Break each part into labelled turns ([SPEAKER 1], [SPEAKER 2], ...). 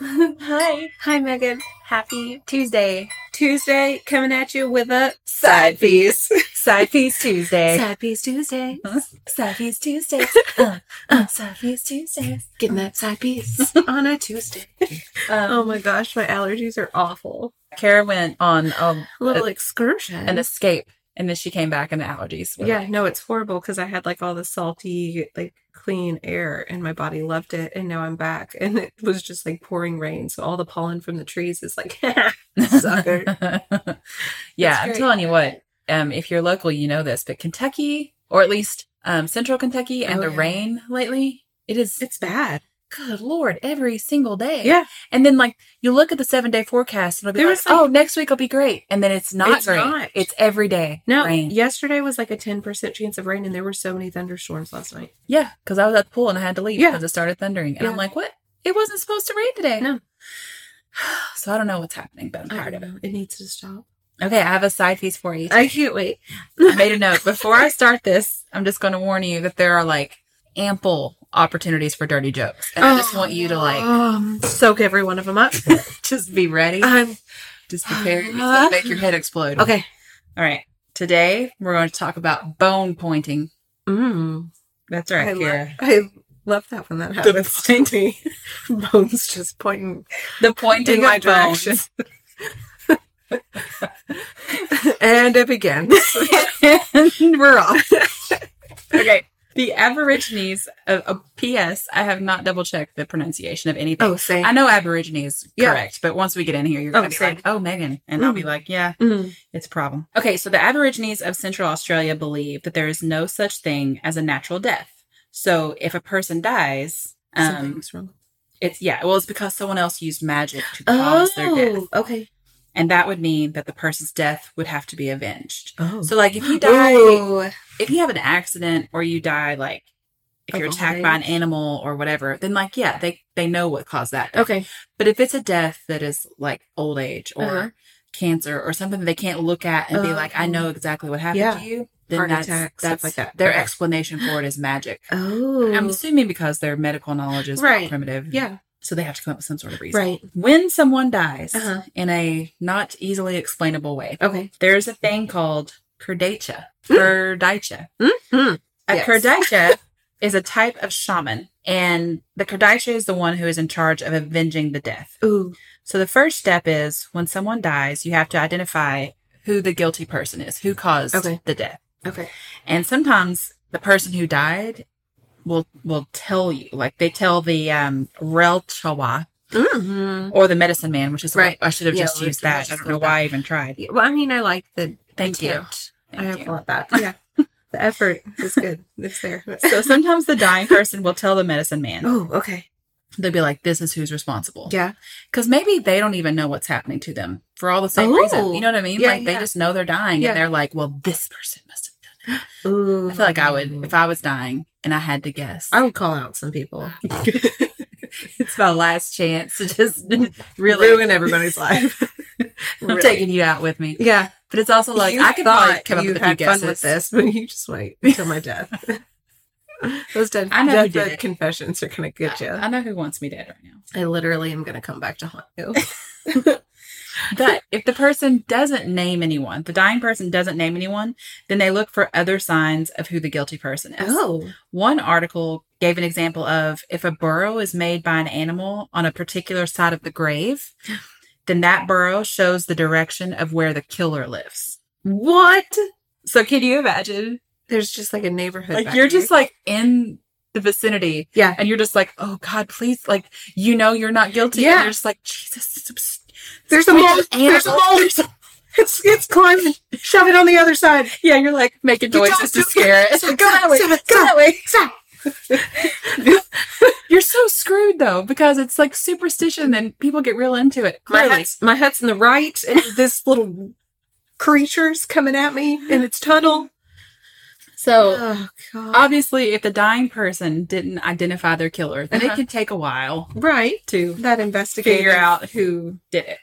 [SPEAKER 1] Hi.
[SPEAKER 2] Hi, Megan. Happy Tuesday.
[SPEAKER 1] Tuesday coming at you with a side piece. Side piece Tuesday.
[SPEAKER 2] Sad Piece Tuesday.
[SPEAKER 1] Huh?
[SPEAKER 2] Sad Piece Tuesday. uh, uh, sad Piece Tuesday. Getting that side piece on a Tuesday.
[SPEAKER 1] Um,
[SPEAKER 2] Oh my gosh, my allergies are awful.
[SPEAKER 1] Kara went on a,
[SPEAKER 2] A little excursion.
[SPEAKER 1] an escape Uh, and then she came back and the allergies. were-
[SPEAKER 2] yeah, no, it's horrible because I had like all the salty, like clean air and my body loved it. And now I'm back and it was just like pouring rain. So all the pollen from the trees is like, Sucker.
[SPEAKER 1] yeah,
[SPEAKER 2] That's
[SPEAKER 1] I'm
[SPEAKER 2] great.
[SPEAKER 1] telling you what, um, if you're local, you know this, but Kentucky, or at least um, central Kentucky and
[SPEAKER 2] Oh,
[SPEAKER 1] the
[SPEAKER 2] yeah.
[SPEAKER 1] rain lately, it is
[SPEAKER 2] it's bad.
[SPEAKER 1] good lord every single day.
[SPEAKER 2] Yeah.
[SPEAKER 1] And then like you look at the seven day forecast and it'll be
[SPEAKER 2] There
[SPEAKER 1] like,
[SPEAKER 2] was, like-
[SPEAKER 1] oh, next week will be great. And then it's not
[SPEAKER 2] It's
[SPEAKER 1] great.
[SPEAKER 2] not.
[SPEAKER 1] It's every day.
[SPEAKER 2] No,
[SPEAKER 1] rain.
[SPEAKER 2] yesterday was like a 10% chance of rain, and there were so many thunderstorms last night.
[SPEAKER 1] Yeah, because I was at the pool and I had to leave
[SPEAKER 2] Yeah.
[SPEAKER 1] because it started thundering. And I'm
[SPEAKER 2] Yeah.
[SPEAKER 1] like, what? It wasn't supposed to rain today.
[SPEAKER 2] No.
[SPEAKER 1] So I don't know what's happening, but I'm
[SPEAKER 2] I
[SPEAKER 1] tired of
[SPEAKER 2] don't
[SPEAKER 1] it.
[SPEAKER 2] know. It needs to stop.
[SPEAKER 1] Okay, I have a side piece for you.
[SPEAKER 2] I can't wait.
[SPEAKER 1] I made a note. Before I start this, I'm just going to warn you that there are like ample opportunities for dirty jokes. And I just
[SPEAKER 2] Oh,
[SPEAKER 1] want you to like
[SPEAKER 2] um, soak every one of them up.
[SPEAKER 1] just be ready.
[SPEAKER 2] I'm
[SPEAKER 1] Just prepare. It's
[SPEAKER 2] uh-huh.
[SPEAKER 1] going to make your head explode.
[SPEAKER 2] Um, okay.
[SPEAKER 1] All right. Today, we're going to talk about bone pointing.
[SPEAKER 2] Mm.
[SPEAKER 1] That's right,
[SPEAKER 2] I, lo-
[SPEAKER 1] Kira.
[SPEAKER 2] I love that when that happens to me. Bones just pointing
[SPEAKER 1] The pointing
[SPEAKER 2] in my
[SPEAKER 1] of bones.
[SPEAKER 2] direction. and it begins.
[SPEAKER 1] and we're off. okay. The Aborigines of oh, P.S. I have not double checked the pronunciation of anything.
[SPEAKER 2] Oh, same.
[SPEAKER 1] I know Aborigine is
[SPEAKER 2] Yeah.
[SPEAKER 1] correct, but once we get in here, you're gonna
[SPEAKER 2] Oh,
[SPEAKER 1] be
[SPEAKER 2] same.
[SPEAKER 1] like, "Oh, Megan," and I'll be like, "Yeah,
[SPEAKER 2] Mm.
[SPEAKER 1] it's a problem." Okay, so the Aborigines of Central Australia believe that there is no such thing as a natural death. So if a person dies, um,
[SPEAKER 2] Something's wrong.
[SPEAKER 1] it's yeah, well, it's because someone else used magic to cause their death,
[SPEAKER 2] oh, okay.
[SPEAKER 1] and that would mean that the person's death would have to be avenged.
[SPEAKER 2] Oh,
[SPEAKER 1] So, like, if you die,
[SPEAKER 2] Ooh.
[SPEAKER 1] if you have an accident or you die like if
[SPEAKER 2] Of
[SPEAKER 1] you're
[SPEAKER 2] old
[SPEAKER 1] attacked by an
[SPEAKER 2] age.
[SPEAKER 1] animal or whatever then like yeah they they know what caused that death.
[SPEAKER 2] okay.
[SPEAKER 1] but if it's a death that is like old age or
[SPEAKER 2] Uh-huh.
[SPEAKER 1] cancer or something that they can't look at and be like i
[SPEAKER 2] Oh.
[SPEAKER 1] know exactly what happened
[SPEAKER 2] Yeah.
[SPEAKER 1] to you then
[SPEAKER 2] Heart
[SPEAKER 1] that's
[SPEAKER 2] attack, stuff
[SPEAKER 1] that's
[SPEAKER 2] like
[SPEAKER 1] like
[SPEAKER 2] that.
[SPEAKER 1] that their
[SPEAKER 2] Okay.
[SPEAKER 1] explanation for it is magic
[SPEAKER 2] Oh,
[SPEAKER 1] i'm assuming because their medical knowledge is
[SPEAKER 2] Right.
[SPEAKER 1] primitive
[SPEAKER 2] yeah,
[SPEAKER 1] so they have to come up with some sort of reason
[SPEAKER 2] right.
[SPEAKER 1] when someone dies
[SPEAKER 2] Uh-huh.
[SPEAKER 1] in a not easily explainable way
[SPEAKER 2] Okay.
[SPEAKER 1] there's a thing called Kurdicha. Kurdicha.
[SPEAKER 2] Mm.
[SPEAKER 1] A
[SPEAKER 2] Yes.
[SPEAKER 1] Kurdicha is a type of shaman, and the Kurdicha is the one who is in charge of avenging the death.
[SPEAKER 2] Ooh,
[SPEAKER 1] So the first step is when someone dies, you have to identify who the guilty person is, who caused
[SPEAKER 2] Okay.
[SPEAKER 1] the death.
[SPEAKER 2] okay.
[SPEAKER 1] And sometimes the person who died will will tell you, like they tell the um, Relchawa
[SPEAKER 2] Mm-hmm.
[SPEAKER 1] or the medicine man, which is
[SPEAKER 2] Right.
[SPEAKER 1] I should have
[SPEAKER 2] Yeah,
[SPEAKER 1] just
[SPEAKER 2] we-
[SPEAKER 1] used
[SPEAKER 2] we
[SPEAKER 1] that.
[SPEAKER 2] just
[SPEAKER 1] I don't
[SPEAKER 2] go
[SPEAKER 1] know
[SPEAKER 2] with
[SPEAKER 1] why I even tried.
[SPEAKER 2] Well, I mean, I like the
[SPEAKER 1] Thank you.
[SPEAKER 2] attempt.
[SPEAKER 1] Thank
[SPEAKER 2] I have
[SPEAKER 1] you.
[SPEAKER 2] bought that. Yeah, the effort is good. It's there.
[SPEAKER 1] So sometimes the dying person will tell the medicine man.
[SPEAKER 2] oh, okay.
[SPEAKER 1] They'll be like, "This is who's responsible."
[SPEAKER 2] Yeah.
[SPEAKER 1] Because maybe they don't even know what's happening to them for all the same
[SPEAKER 2] Oh.
[SPEAKER 1] reason. You know what I mean?
[SPEAKER 2] Yeah,
[SPEAKER 1] like
[SPEAKER 2] yeah.
[SPEAKER 1] they just know they're dying
[SPEAKER 2] Yeah.
[SPEAKER 1] and they're like, well, this person must have done
[SPEAKER 2] Ooh,
[SPEAKER 1] it. I feel like I would, if I was dying and I had to guess,
[SPEAKER 2] I would call out some people.
[SPEAKER 1] it's my last chance to just really.
[SPEAKER 2] Really ruin everybody's life.
[SPEAKER 1] I'm
[SPEAKER 2] Really.
[SPEAKER 1] taking you out with me.
[SPEAKER 2] Yeah,
[SPEAKER 1] But it's also like,
[SPEAKER 2] You
[SPEAKER 1] I could probably
[SPEAKER 2] thought
[SPEAKER 1] come up
[SPEAKER 2] you
[SPEAKER 1] with a few
[SPEAKER 2] had fun
[SPEAKER 1] guesses.
[SPEAKER 2] with this, but you just wait until my death. Those dead,
[SPEAKER 1] I know who
[SPEAKER 2] death
[SPEAKER 1] did
[SPEAKER 2] bed
[SPEAKER 1] it.
[SPEAKER 2] confessions are gonna get you.
[SPEAKER 1] I know who wants me dead right now.
[SPEAKER 2] I literally am gonna come back to haunt you.
[SPEAKER 1] But if the person doesn't name anyone, the dying person doesn't name anyone, then they look for other signs of who the guilty person is.
[SPEAKER 2] Oh,
[SPEAKER 1] One article gave an example of if a burrow is made by an animal on a particular side of the grave, then that burrow shows the direction of where the killer lives.
[SPEAKER 2] what?
[SPEAKER 1] So can you imagine?
[SPEAKER 2] There's just like a neighborhood.
[SPEAKER 1] Like
[SPEAKER 2] back
[SPEAKER 1] you're
[SPEAKER 2] here.
[SPEAKER 1] just like in the vicinity.
[SPEAKER 2] Yeah.
[SPEAKER 1] And you're just like, oh God, please, like you know you're not guilty.
[SPEAKER 2] Yeah.
[SPEAKER 1] And you're just like, Jesus, it's obs-
[SPEAKER 2] There's a
[SPEAKER 1] small
[SPEAKER 2] hole. There's a
[SPEAKER 1] animal.
[SPEAKER 2] hole. It's it's climbing. Shove it on the other side.
[SPEAKER 1] Yeah, you're like making
[SPEAKER 2] You
[SPEAKER 1] noises
[SPEAKER 2] don't
[SPEAKER 1] to
[SPEAKER 2] do-
[SPEAKER 1] scare it.
[SPEAKER 2] Go that way. Go that way. Stop.
[SPEAKER 1] You're so screwed though, because it's like superstition and people get real into it.
[SPEAKER 2] My
[SPEAKER 1] Clearly.
[SPEAKER 2] hut's my hut's in the right, and this little creature's coming at me in its tunnel.
[SPEAKER 1] So
[SPEAKER 2] Oh God.
[SPEAKER 1] obviously if the dying person didn't identify their killer then
[SPEAKER 2] Uh-huh.
[SPEAKER 1] it could take a while
[SPEAKER 2] right.
[SPEAKER 1] to
[SPEAKER 2] That investigator.
[SPEAKER 1] figure out who did it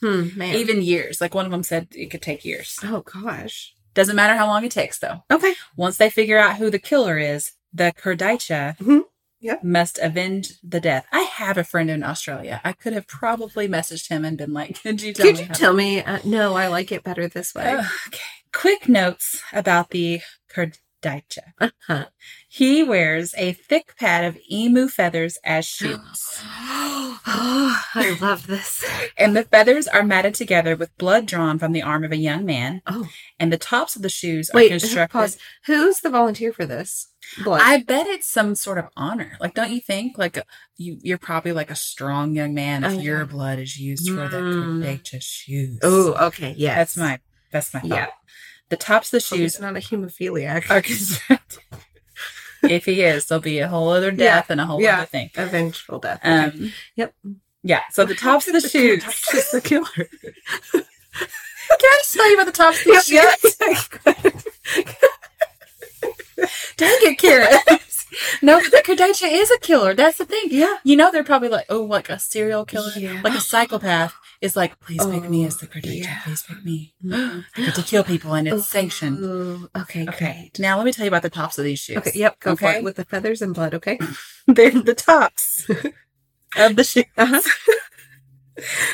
[SPEAKER 2] Hmm, man.
[SPEAKER 1] even years like one of them said it could take years
[SPEAKER 2] oh gosh.
[SPEAKER 1] doesn't matter how long it takes though
[SPEAKER 2] Okay.
[SPEAKER 1] once they figure out who the killer is the kurdicha
[SPEAKER 2] Mhm. Yep.
[SPEAKER 1] must avenge the death. I have a friend in Australia. I could have probably messaged him and been like, "Could you tell
[SPEAKER 2] Could
[SPEAKER 1] me?"
[SPEAKER 2] you
[SPEAKER 1] how-
[SPEAKER 2] tell me? Uh, no, I like it better this way.
[SPEAKER 1] Oh, okay. Quick notes about the Kurdaicha.
[SPEAKER 2] Uh-huh.
[SPEAKER 1] He wears a thick pad of emu feathers as shields,
[SPEAKER 2] oh, I love this.
[SPEAKER 1] and the feathers are matted together with blood drawn from the arm of a young man.
[SPEAKER 2] Oh.
[SPEAKER 1] and the tops of the shoes are
[SPEAKER 2] Wait,
[SPEAKER 1] constructed.
[SPEAKER 2] pause. Who's the volunteer for this? Blood.
[SPEAKER 1] I bet it's some sort of honor. Like, don't you think? Like, uh, you, you're probably like a strong young man if
[SPEAKER 2] Oh,
[SPEAKER 1] your
[SPEAKER 2] yeah.
[SPEAKER 1] blood is used for the
[SPEAKER 2] Mm.
[SPEAKER 1] Kurdaicha shoes.
[SPEAKER 2] oh, okay. Yes.
[SPEAKER 1] that's my that's my thought.
[SPEAKER 2] Yeah.
[SPEAKER 1] The tops of the
[SPEAKER 2] Hope he's
[SPEAKER 1] shoes
[SPEAKER 2] not a hemophiliac.
[SPEAKER 1] are constructed. if he is, there'll be a whole other death and a whole
[SPEAKER 2] Yeah.
[SPEAKER 1] other thing.
[SPEAKER 2] A vengeful death. Okay.
[SPEAKER 1] Um,
[SPEAKER 2] Yep.
[SPEAKER 1] Yeah. So the tops of the shoes. Can
[SPEAKER 2] Just the killer.
[SPEAKER 1] I just tell you about the tops of the shoes? Dang it, Karen. no, but the Kardashian is a killer. That's the thing.
[SPEAKER 2] yeah.
[SPEAKER 1] You know, they're probably like, oh, like a serial killer,
[SPEAKER 2] Yeah.
[SPEAKER 1] like a psychopath is like, please pick me as the
[SPEAKER 2] Oh,
[SPEAKER 1] Kardashian.
[SPEAKER 2] yeah.
[SPEAKER 1] Please pick me. I
[SPEAKER 2] Mm.
[SPEAKER 1] get to kill people and it's sanctioned.
[SPEAKER 2] Ooh,
[SPEAKER 1] Okay.
[SPEAKER 2] okay. Oh, Great.
[SPEAKER 1] Now let me tell you about the tops of these shoes.
[SPEAKER 2] Okay. Yep. Go for
[SPEAKER 1] Okay. Mm.
[SPEAKER 2] it with the feathers and blood. Okay.
[SPEAKER 1] They're the tops of the shoes
[SPEAKER 2] Uh-huh.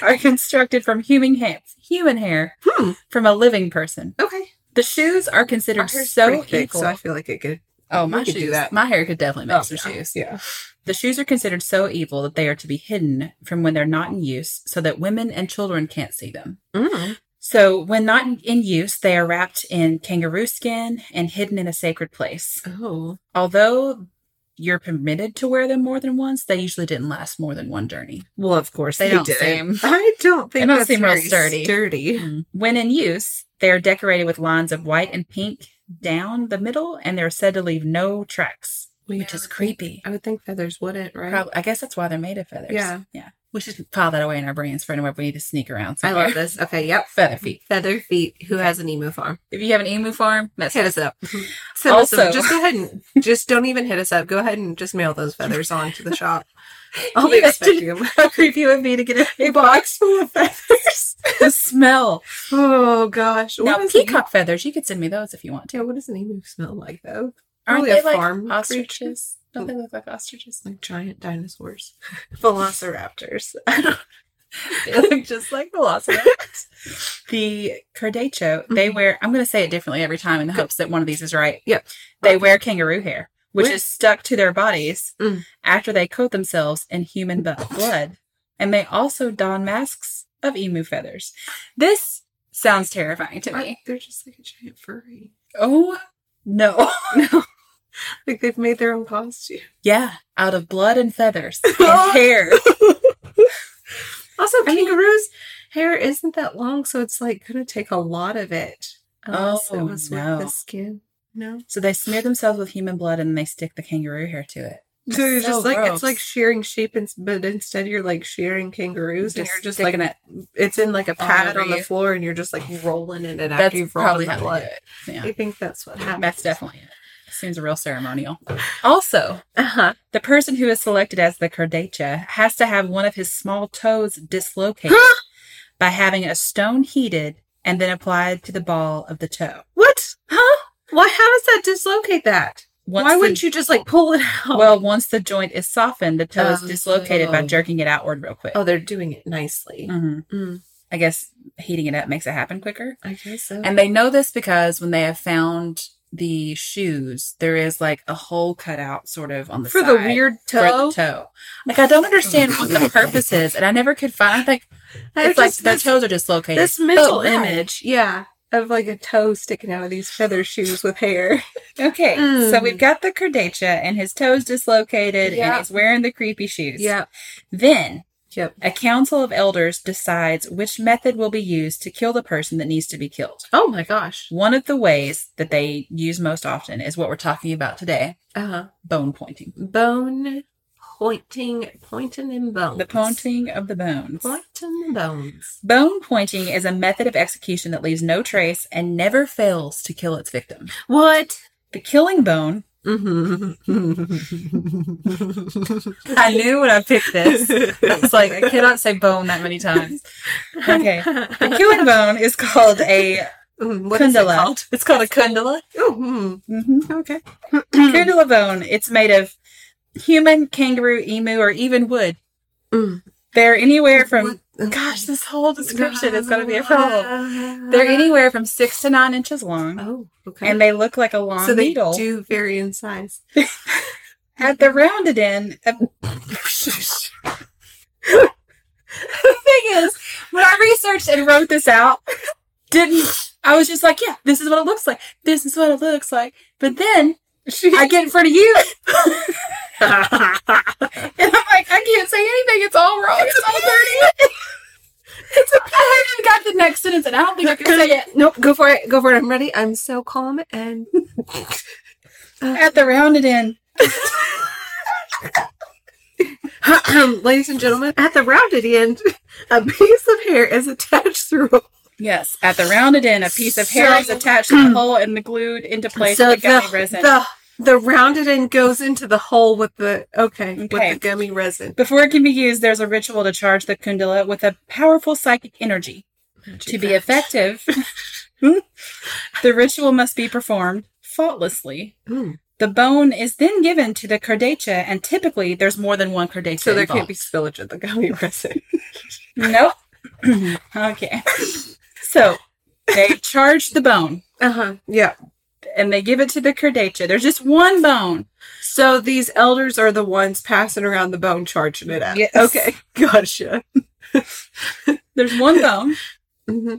[SPEAKER 1] are constructed from human hands, human hair
[SPEAKER 2] Hmm.
[SPEAKER 1] from a living person.
[SPEAKER 2] Okay.
[SPEAKER 1] The shoes are considered
[SPEAKER 2] Ours is
[SPEAKER 1] so
[SPEAKER 2] pretty thick,
[SPEAKER 1] equal.
[SPEAKER 2] so I feel like it could.
[SPEAKER 1] oh,
[SPEAKER 2] we
[SPEAKER 1] my
[SPEAKER 2] could
[SPEAKER 1] shoes.
[SPEAKER 2] do that.
[SPEAKER 1] My hair could definitely make
[SPEAKER 2] Oh,
[SPEAKER 1] some
[SPEAKER 2] yeah.
[SPEAKER 1] shoes.
[SPEAKER 2] Yeah.
[SPEAKER 1] The shoes are considered so evil that they are to be hidden from when they're not in use so that women and children can't see them.
[SPEAKER 2] Mm.
[SPEAKER 1] So, when not in- in use, they are wrapped in kangaroo skin and hidden in a sacred place.
[SPEAKER 2] Oh.
[SPEAKER 1] Although you're permitted to wear them more than once, they usually didn't last more than one journey.
[SPEAKER 2] Well, of course
[SPEAKER 1] They
[SPEAKER 2] they,
[SPEAKER 1] don't
[SPEAKER 2] did.
[SPEAKER 1] seem-
[SPEAKER 2] I don't think
[SPEAKER 1] They don't
[SPEAKER 2] that's
[SPEAKER 1] seem real
[SPEAKER 2] very
[SPEAKER 1] sturdy.
[SPEAKER 2] Sturdy.
[SPEAKER 1] When in use, they are decorated with lines of white and pink down the middle, and they're said to leave no tracks, which
[SPEAKER 2] Yeah.
[SPEAKER 1] is creepy.
[SPEAKER 2] I would think feathers wouldn't, right?
[SPEAKER 1] Prob- I guess that's why they're made of feathers.
[SPEAKER 2] Yeah.
[SPEAKER 1] Yeah. We should file that away in our brains for anywhere we need to sneak around.
[SPEAKER 2] I
[SPEAKER 1] somewhere.
[SPEAKER 2] love this. Okay. Yep.
[SPEAKER 1] feather feet.
[SPEAKER 2] Feather feet. Who has an emu farm?
[SPEAKER 1] If you have an emu farm, that's
[SPEAKER 2] Hit us up. Send us some-
[SPEAKER 1] Mm-hmm. Also-
[SPEAKER 2] just go ahead and just don't even hit us up. Go ahead and just mail those feathers on to the shop. I'll be
[SPEAKER 1] Yeah.
[SPEAKER 2] expecting them.
[SPEAKER 1] how creepy it would be to get a box full of feathers. the smell.
[SPEAKER 2] Oh gosh. What
[SPEAKER 1] Now,
[SPEAKER 2] is an emu-
[SPEAKER 1] peacock feathers, you could send me those if you want to.
[SPEAKER 2] Yeah, what does an emu smell like though?
[SPEAKER 1] Aren't
[SPEAKER 2] Probably
[SPEAKER 1] they
[SPEAKER 2] a
[SPEAKER 1] like
[SPEAKER 2] farm
[SPEAKER 1] ostriches? Don't they look like ostriches?
[SPEAKER 2] Like giant dinosaurs, velociraptors.
[SPEAKER 1] They look just like velociraptors. the Cardacho, they
[SPEAKER 2] Mhm.
[SPEAKER 1] wear, I'm going to say it differently every time in the
[SPEAKER 2] Good.
[SPEAKER 1] hopes that one of these is right.
[SPEAKER 2] Yep.
[SPEAKER 1] They wear kangaroo hair, which
[SPEAKER 2] Wait.
[SPEAKER 1] is stuck to their bodies
[SPEAKER 2] Mm.
[SPEAKER 1] after they coat themselves in human bu- blood. And they also don masks of emu feathers. This sounds terrifying to me.
[SPEAKER 2] I- they're just like a giant furry.
[SPEAKER 1] Oh no.
[SPEAKER 2] Like they've made their own costume.
[SPEAKER 1] yeah, out of blood and feathers and
[SPEAKER 2] Oh.
[SPEAKER 1] hair.
[SPEAKER 2] Also,
[SPEAKER 1] I mean-
[SPEAKER 2] kangaroos' hair isn't that long, so it's like gonna take a lot of it. Unless
[SPEAKER 1] Oh,
[SPEAKER 2] it was
[SPEAKER 1] no.
[SPEAKER 2] with the skin. No.
[SPEAKER 1] So they smear themselves with human blood and they stick the kangaroo hair to it.
[SPEAKER 2] So you're
[SPEAKER 1] So
[SPEAKER 2] just like
[SPEAKER 1] gross.
[SPEAKER 2] it's like shearing sheep, and, but instead you're like shearing kangaroos, and
[SPEAKER 1] Just
[SPEAKER 2] you're just like
[SPEAKER 1] sticking
[SPEAKER 2] it's in like a
[SPEAKER 1] all
[SPEAKER 2] pad
[SPEAKER 1] over
[SPEAKER 2] on the
[SPEAKER 1] you.
[SPEAKER 2] floor, and you're just like rolling in it after
[SPEAKER 1] That's
[SPEAKER 2] you've rolled
[SPEAKER 1] probably
[SPEAKER 2] in the
[SPEAKER 1] how they do
[SPEAKER 2] blood.
[SPEAKER 1] it. Yeah,
[SPEAKER 2] I think that's what happened.
[SPEAKER 1] that's definitely it. Seems real ceremonial. Also,
[SPEAKER 2] Uh huh.
[SPEAKER 1] the person who is selected as the Cardacha has to have one of his small toes dislocated by having a stone heated and then applied to the ball of the toe.
[SPEAKER 2] What? Huh? Why? How does that dislocate that?
[SPEAKER 1] Once
[SPEAKER 2] Why
[SPEAKER 1] the-
[SPEAKER 2] wouldn't you just like pull it out?
[SPEAKER 1] Well, once the joint is softened, the toe is
[SPEAKER 2] Oh.
[SPEAKER 1] dislocated by jerking it outward real quick.
[SPEAKER 2] oh, they're doing it nicely.
[SPEAKER 1] hmm
[SPEAKER 2] Mm,
[SPEAKER 1] I guess heating it up makes it happen quicker.
[SPEAKER 2] I guess so.
[SPEAKER 1] And they know this because when they have found the shoes, there is like a hole cut out sort of on the
[SPEAKER 2] for the
[SPEAKER 1] side
[SPEAKER 2] weird
[SPEAKER 1] for the
[SPEAKER 2] toe,
[SPEAKER 1] toe. Like I don't understand what the purpose is, and I never could find. I think
[SPEAKER 2] I
[SPEAKER 1] it's like
[SPEAKER 2] just-
[SPEAKER 1] their toes are dislocated.
[SPEAKER 2] this mental
[SPEAKER 1] Oh, right.
[SPEAKER 2] image, yeah, of like a toe sticking out of these feather shoes with hair.
[SPEAKER 1] Okay,
[SPEAKER 2] Mm.
[SPEAKER 1] so we've got the Cardacha and his toes dislocated, and
[SPEAKER 2] Yeah.
[SPEAKER 1] he's wearing the creepy shoes. Then
[SPEAKER 2] Yep.
[SPEAKER 1] a council of elders decides which method will be used to kill the person that needs to be killed.
[SPEAKER 2] Oh my gosh.
[SPEAKER 1] One of the ways that they use most often is what we're talking about today:
[SPEAKER 2] Uh huh.
[SPEAKER 1] bone pointing.
[SPEAKER 2] Bone pointing, pointing and bones.
[SPEAKER 1] The pointing of the bones.
[SPEAKER 2] Pointing the bones.
[SPEAKER 1] Bone pointing is a method of execution that leaves no trace and never fails to kill its victim.
[SPEAKER 2] What?
[SPEAKER 1] The killing bone.
[SPEAKER 2] Mm-hmm. I
[SPEAKER 1] I knew when I picked this. It's like I cannot say bone that many times. Okay. The killing bone is called a
[SPEAKER 2] What is it
[SPEAKER 1] kundala.
[SPEAKER 2] called?
[SPEAKER 1] It's called a kundala.
[SPEAKER 2] Oh, hmm.
[SPEAKER 1] hmm
[SPEAKER 2] Okay.
[SPEAKER 1] kundala bone. It's made of human, kangaroo, emu, or even wood.
[SPEAKER 2] Mm.
[SPEAKER 1] They're anywhere from,
[SPEAKER 2] What-
[SPEAKER 1] gosh, this whole description is going to be a problem. They're anywhere from six to nine inches long,
[SPEAKER 2] Oh, okay.
[SPEAKER 1] and they look like a long
[SPEAKER 2] so they
[SPEAKER 1] needle
[SPEAKER 2] do vary in size.
[SPEAKER 1] at the rounded end. Of- Uh, the thing is, when I researched and wrote this out, didn't I was just like, yeah, this is what it looks like. This is what it looks like. But then I get in front of you, and I'm like, I can't say anything. It's all wrong. It's, all dirty. it's okay. I haven't got the next sentence, and I don't think I can say it.
[SPEAKER 2] nope, go for it. Go for it. I'm ready. I'm so calm and
[SPEAKER 1] At the rounded end,
[SPEAKER 2] ladies and gentlemen, at the rounded end, a piece of hair is attached through a
[SPEAKER 1] yes, at the rounded end, a piece of hair is
[SPEAKER 2] So-
[SPEAKER 1] attached to the hole and glued into place
[SPEAKER 2] so
[SPEAKER 1] with gummy
[SPEAKER 2] the,
[SPEAKER 1] resin.
[SPEAKER 2] the the rounded end goes into the hole with the okay,
[SPEAKER 1] Okay.
[SPEAKER 2] with the gummy resin.
[SPEAKER 1] Before it can be used, there's a ritual to charge the kundala with a powerful psychic energy. To be effective, hmm, the ritual must be performed faultlessly.
[SPEAKER 2] Mm.
[SPEAKER 1] The bone is then given to the kardecha, and typically there's more than one kardecha.
[SPEAKER 2] so there can't be spillage of the gummy resin.
[SPEAKER 1] Nope. okay. So they charge the bone
[SPEAKER 2] Uh huh. Yeah.
[SPEAKER 1] and they give it to the kardecha. There's just one bone.
[SPEAKER 2] So these elders are the ones passing around the bone, charging it up.
[SPEAKER 1] Yes.
[SPEAKER 2] Okay. Gotcha.
[SPEAKER 1] There's one bone,
[SPEAKER 2] hmm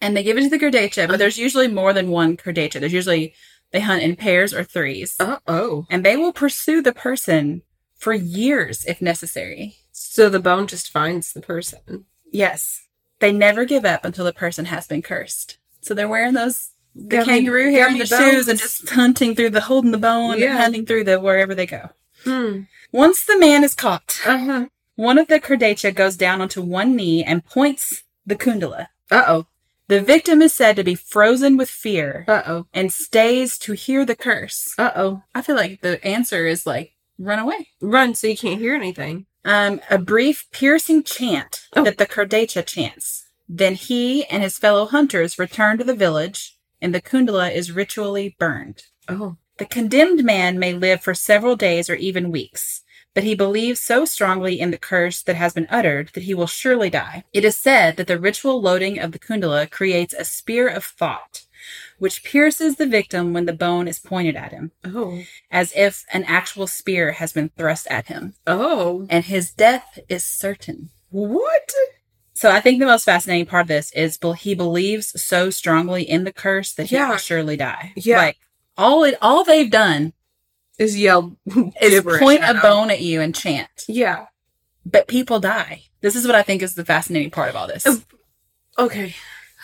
[SPEAKER 1] and they give it to the kardecha, but there's usually more than one kardecha. There's usually they hunt in pairs or threes.
[SPEAKER 2] Uh oh.
[SPEAKER 1] and they will pursue the person for years if necessary.
[SPEAKER 2] So the bone just finds the person.
[SPEAKER 1] Yes, they never give up until the person has been cursed. So they're wearing those the
[SPEAKER 2] Gummy-
[SPEAKER 1] kangaroo hair and
[SPEAKER 2] gummy
[SPEAKER 1] the shoes and
[SPEAKER 2] bones.
[SPEAKER 1] just hunting through the holding the bone
[SPEAKER 2] Yeah.
[SPEAKER 1] and hunting through the wherever they go.
[SPEAKER 2] Hmm.
[SPEAKER 1] Once the man is caught,
[SPEAKER 2] Uh huh.
[SPEAKER 1] one of the kardecha goes down onto one knee and points the kundala.
[SPEAKER 2] Uh oh.
[SPEAKER 1] The victim is said to be frozen with fear
[SPEAKER 2] Uh oh.
[SPEAKER 1] and stays to hear the curse.
[SPEAKER 2] Uh oh.
[SPEAKER 1] I feel like the answer is like run away.
[SPEAKER 2] Run so you can't hear anything.
[SPEAKER 1] um, a brief piercing chant
[SPEAKER 2] Oh.
[SPEAKER 1] that the Kardecha chants. Then he and his fellow hunters return to the village, and the kundala is ritually burned.
[SPEAKER 2] Oh.
[SPEAKER 1] The condemned man may live for several days or even weeks, but he believes so strongly in the curse that has been uttered that he will surely die. It is said that the ritual loading of the kundala creates a spear of thought, which pierces the victim when the bone is pointed at him,
[SPEAKER 2] Oh.
[SPEAKER 1] as if an actual spear has been thrust at him
[SPEAKER 2] Oh.
[SPEAKER 1] and his death is certain.
[SPEAKER 2] What?
[SPEAKER 1] So I think the most fascinating part of this is bel- he believes so strongly in the curse that he
[SPEAKER 2] Yeah.
[SPEAKER 1] will surely die.
[SPEAKER 2] Yeah.
[SPEAKER 1] Like all it all they've done
[SPEAKER 2] Is yelled
[SPEAKER 1] is
[SPEAKER 2] gibberish
[SPEAKER 1] point
[SPEAKER 2] at
[SPEAKER 1] a
[SPEAKER 2] him.
[SPEAKER 1] bone at you and chant.
[SPEAKER 2] Yeah.
[SPEAKER 1] But people die. This is what I think is the fascinating part of all
[SPEAKER 2] Oh.
[SPEAKER 1] this.
[SPEAKER 2] Okay.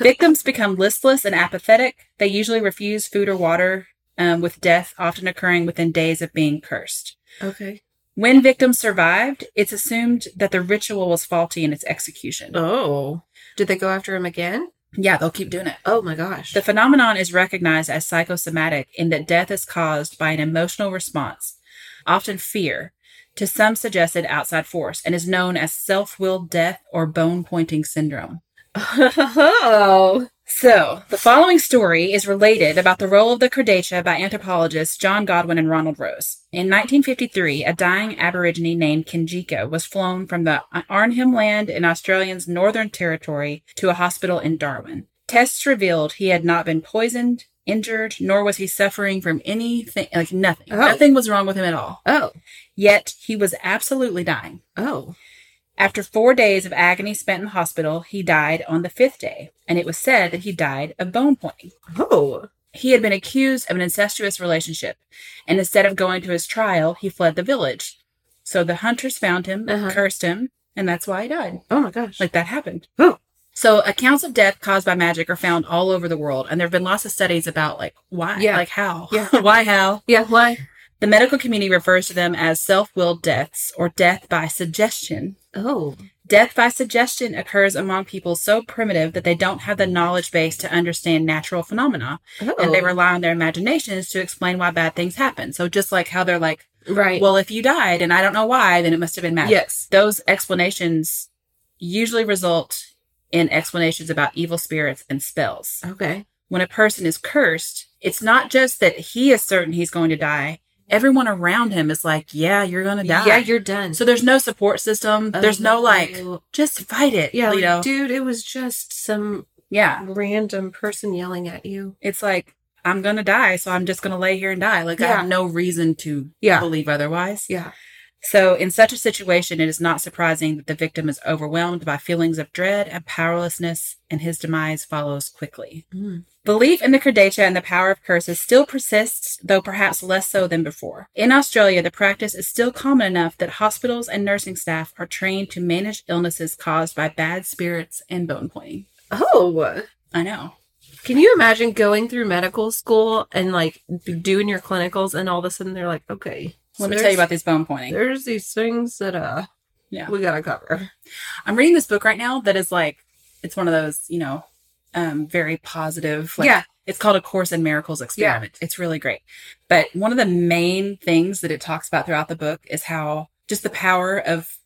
[SPEAKER 1] Victims become listless and apathetic. They usually refuse food or water, um, with death often occurring within days of being cursed.
[SPEAKER 2] Okay.
[SPEAKER 1] When victims survived, it's assumed that the ritual was faulty in its execution.
[SPEAKER 2] Oh. Did they go after him again?
[SPEAKER 1] Yeah, they'll keep doing it.
[SPEAKER 2] Oh my gosh.
[SPEAKER 1] The phenomenon is recognized as psychosomatic in that death is caused by an emotional response, often fear, to some suggested outside force, and is known as self willed death or bone pointing syndrome.
[SPEAKER 2] oh.
[SPEAKER 1] So, the following story is related about the role of the Cordacea by anthropologists John Godwin and Ronald Rose. In 1953, a dying Aborigine named Kinjika was flown from the Arnhem Land in Australia's Northern Territory to a hospital in Darwin. Tests revealed he had not been poisoned, injured, nor was he suffering from anything, like nothing.
[SPEAKER 2] Oh.
[SPEAKER 1] Nothing was wrong with him at all.
[SPEAKER 2] Oh.
[SPEAKER 1] Yet, he was absolutely dying.
[SPEAKER 2] Oh.
[SPEAKER 1] After four days of agony spent in the hospital, he died on the fifth day, and it was said that he died of bone pointing.
[SPEAKER 2] Oh.
[SPEAKER 1] He had been accused of an incestuous relationship, and instead of going to his trial, he fled the village. So the hunters found him,
[SPEAKER 2] Uh-huh.
[SPEAKER 1] cursed him, and that's why he died.
[SPEAKER 2] Oh my gosh.
[SPEAKER 1] Like that happened.
[SPEAKER 2] Oh.
[SPEAKER 1] So accounts of death caused by magic are found all over the world, and there have been lots of studies about like why,
[SPEAKER 2] Yeah.
[SPEAKER 1] like how,
[SPEAKER 2] Yeah.
[SPEAKER 1] why how.
[SPEAKER 2] yeah. Why?
[SPEAKER 1] The medical community refers to them as self-willed deaths or death by suggestion.
[SPEAKER 2] Oh.
[SPEAKER 1] Death by suggestion occurs among people so primitive that they don't have the knowledge base to understand natural phenomena,
[SPEAKER 2] Oh.
[SPEAKER 1] and they rely on their imaginations to explain why bad things happen. So just like how they're like,
[SPEAKER 2] right.
[SPEAKER 1] well, if you died and I don't know why, then it must have been magic.
[SPEAKER 2] yes.
[SPEAKER 1] Those explanations usually result in explanations about evil spirits and spells.
[SPEAKER 2] Okay.
[SPEAKER 1] When a person is cursed, it's not just that he is certain he's going to die everyone around him is like, yeah, you're going to die.
[SPEAKER 2] Yeah, you're done.
[SPEAKER 1] so there's no support system. There's no like,
[SPEAKER 2] Oh,
[SPEAKER 1] just fight it.
[SPEAKER 2] yeah,
[SPEAKER 1] Yeah. You
[SPEAKER 2] like,
[SPEAKER 1] know?
[SPEAKER 2] dude, it was just some
[SPEAKER 1] yeah.
[SPEAKER 2] random person yelling at you.
[SPEAKER 1] It's like, I'm going to die. So I'm just going to lay here and die. Like, I
[SPEAKER 2] Yeah.
[SPEAKER 1] have no reason to
[SPEAKER 2] Yeah,
[SPEAKER 1] believe otherwise.
[SPEAKER 2] yeah,
[SPEAKER 1] So, in such a situation, it is not surprising that the victim is overwhelmed by feelings of dread and powerlessness, and his demise follows quickly.
[SPEAKER 2] Mm.
[SPEAKER 1] Belief in the Kurdacha and the power of curses still persists, though perhaps less so than before. In Australia, the practice is still common enough that hospitals and nursing staff are trained to manage illnesses caused by bad spirits and bone pointing.
[SPEAKER 2] Oh,
[SPEAKER 1] I know.
[SPEAKER 2] can you imagine going through medical school and like b- doing your clinicals, and all of a sudden they're like, okay,
[SPEAKER 1] Let me
[SPEAKER 2] so
[SPEAKER 1] tell you
[SPEAKER 2] there's-
[SPEAKER 1] about this bone pointing.
[SPEAKER 2] There's these things that uh,
[SPEAKER 1] Yeah.
[SPEAKER 2] we gotta cover.
[SPEAKER 1] I'm reading this book right now that is like, it's one of those, you know, um, very positive, like,
[SPEAKER 2] yeah,
[SPEAKER 1] It's called A Course in Miracles Experiment. It's really great. But one of the main things that it talks about throughout the book is how just the power of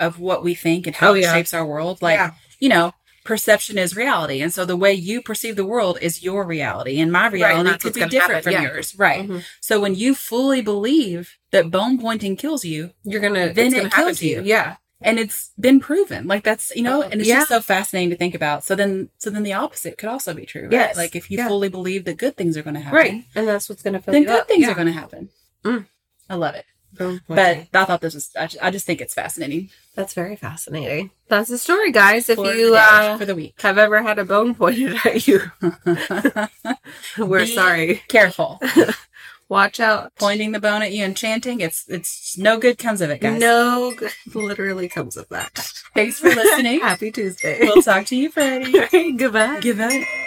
[SPEAKER 1] of what we think and how
[SPEAKER 2] Oh, yeah.
[SPEAKER 1] it shapes our world. Like,
[SPEAKER 2] yeah.
[SPEAKER 1] you know, perception is reality. And so the way you perceive the world is your reality. And my reality
[SPEAKER 2] that's
[SPEAKER 1] could
[SPEAKER 2] what's
[SPEAKER 1] be
[SPEAKER 2] gonna
[SPEAKER 1] different
[SPEAKER 2] happen.
[SPEAKER 1] from
[SPEAKER 2] Yeah.
[SPEAKER 1] yours. Right.
[SPEAKER 2] Mhm.
[SPEAKER 1] So when you fully believe that bone pointing kills you,
[SPEAKER 2] you're gonna
[SPEAKER 1] Then
[SPEAKER 2] it's
[SPEAKER 1] it
[SPEAKER 2] gonna happen
[SPEAKER 1] kills
[SPEAKER 2] to
[SPEAKER 1] you.
[SPEAKER 2] Yeah,
[SPEAKER 1] and it's been proven. Like that's you know, and it's
[SPEAKER 2] Yeah.
[SPEAKER 1] just so fascinating to think about. So then so then the opposite could also be true. Right?
[SPEAKER 2] Yes.
[SPEAKER 1] Like if you
[SPEAKER 2] Yeah.
[SPEAKER 1] fully believe that good things are gonna happen.
[SPEAKER 2] right, and that's what's gonna fill
[SPEAKER 1] then
[SPEAKER 2] you
[SPEAKER 1] good
[SPEAKER 2] up.
[SPEAKER 1] things
[SPEAKER 2] yeah.
[SPEAKER 1] are going to happen.
[SPEAKER 2] Mm.
[SPEAKER 1] I love it.
[SPEAKER 2] Boom.
[SPEAKER 1] But I thought this was, I just, I just think it's fascinating
[SPEAKER 2] That's very fascinating. That's the story, guys. If
[SPEAKER 1] for,
[SPEAKER 2] you
[SPEAKER 1] the,
[SPEAKER 2] uh,
[SPEAKER 1] for the week.
[SPEAKER 2] have ever had a bone pointed at you, we're
[SPEAKER 1] Be-
[SPEAKER 2] sorry.
[SPEAKER 1] Careful.
[SPEAKER 2] Watch out.
[SPEAKER 1] Pointing the bone at you and chanting, it's, it's no good comes of it, guys.
[SPEAKER 2] No, g- literally comes of that.
[SPEAKER 1] Thanks for listening.
[SPEAKER 2] Happy Tuesday.
[SPEAKER 1] we'll talk to you Friday.
[SPEAKER 2] Goodbye.
[SPEAKER 1] Give it.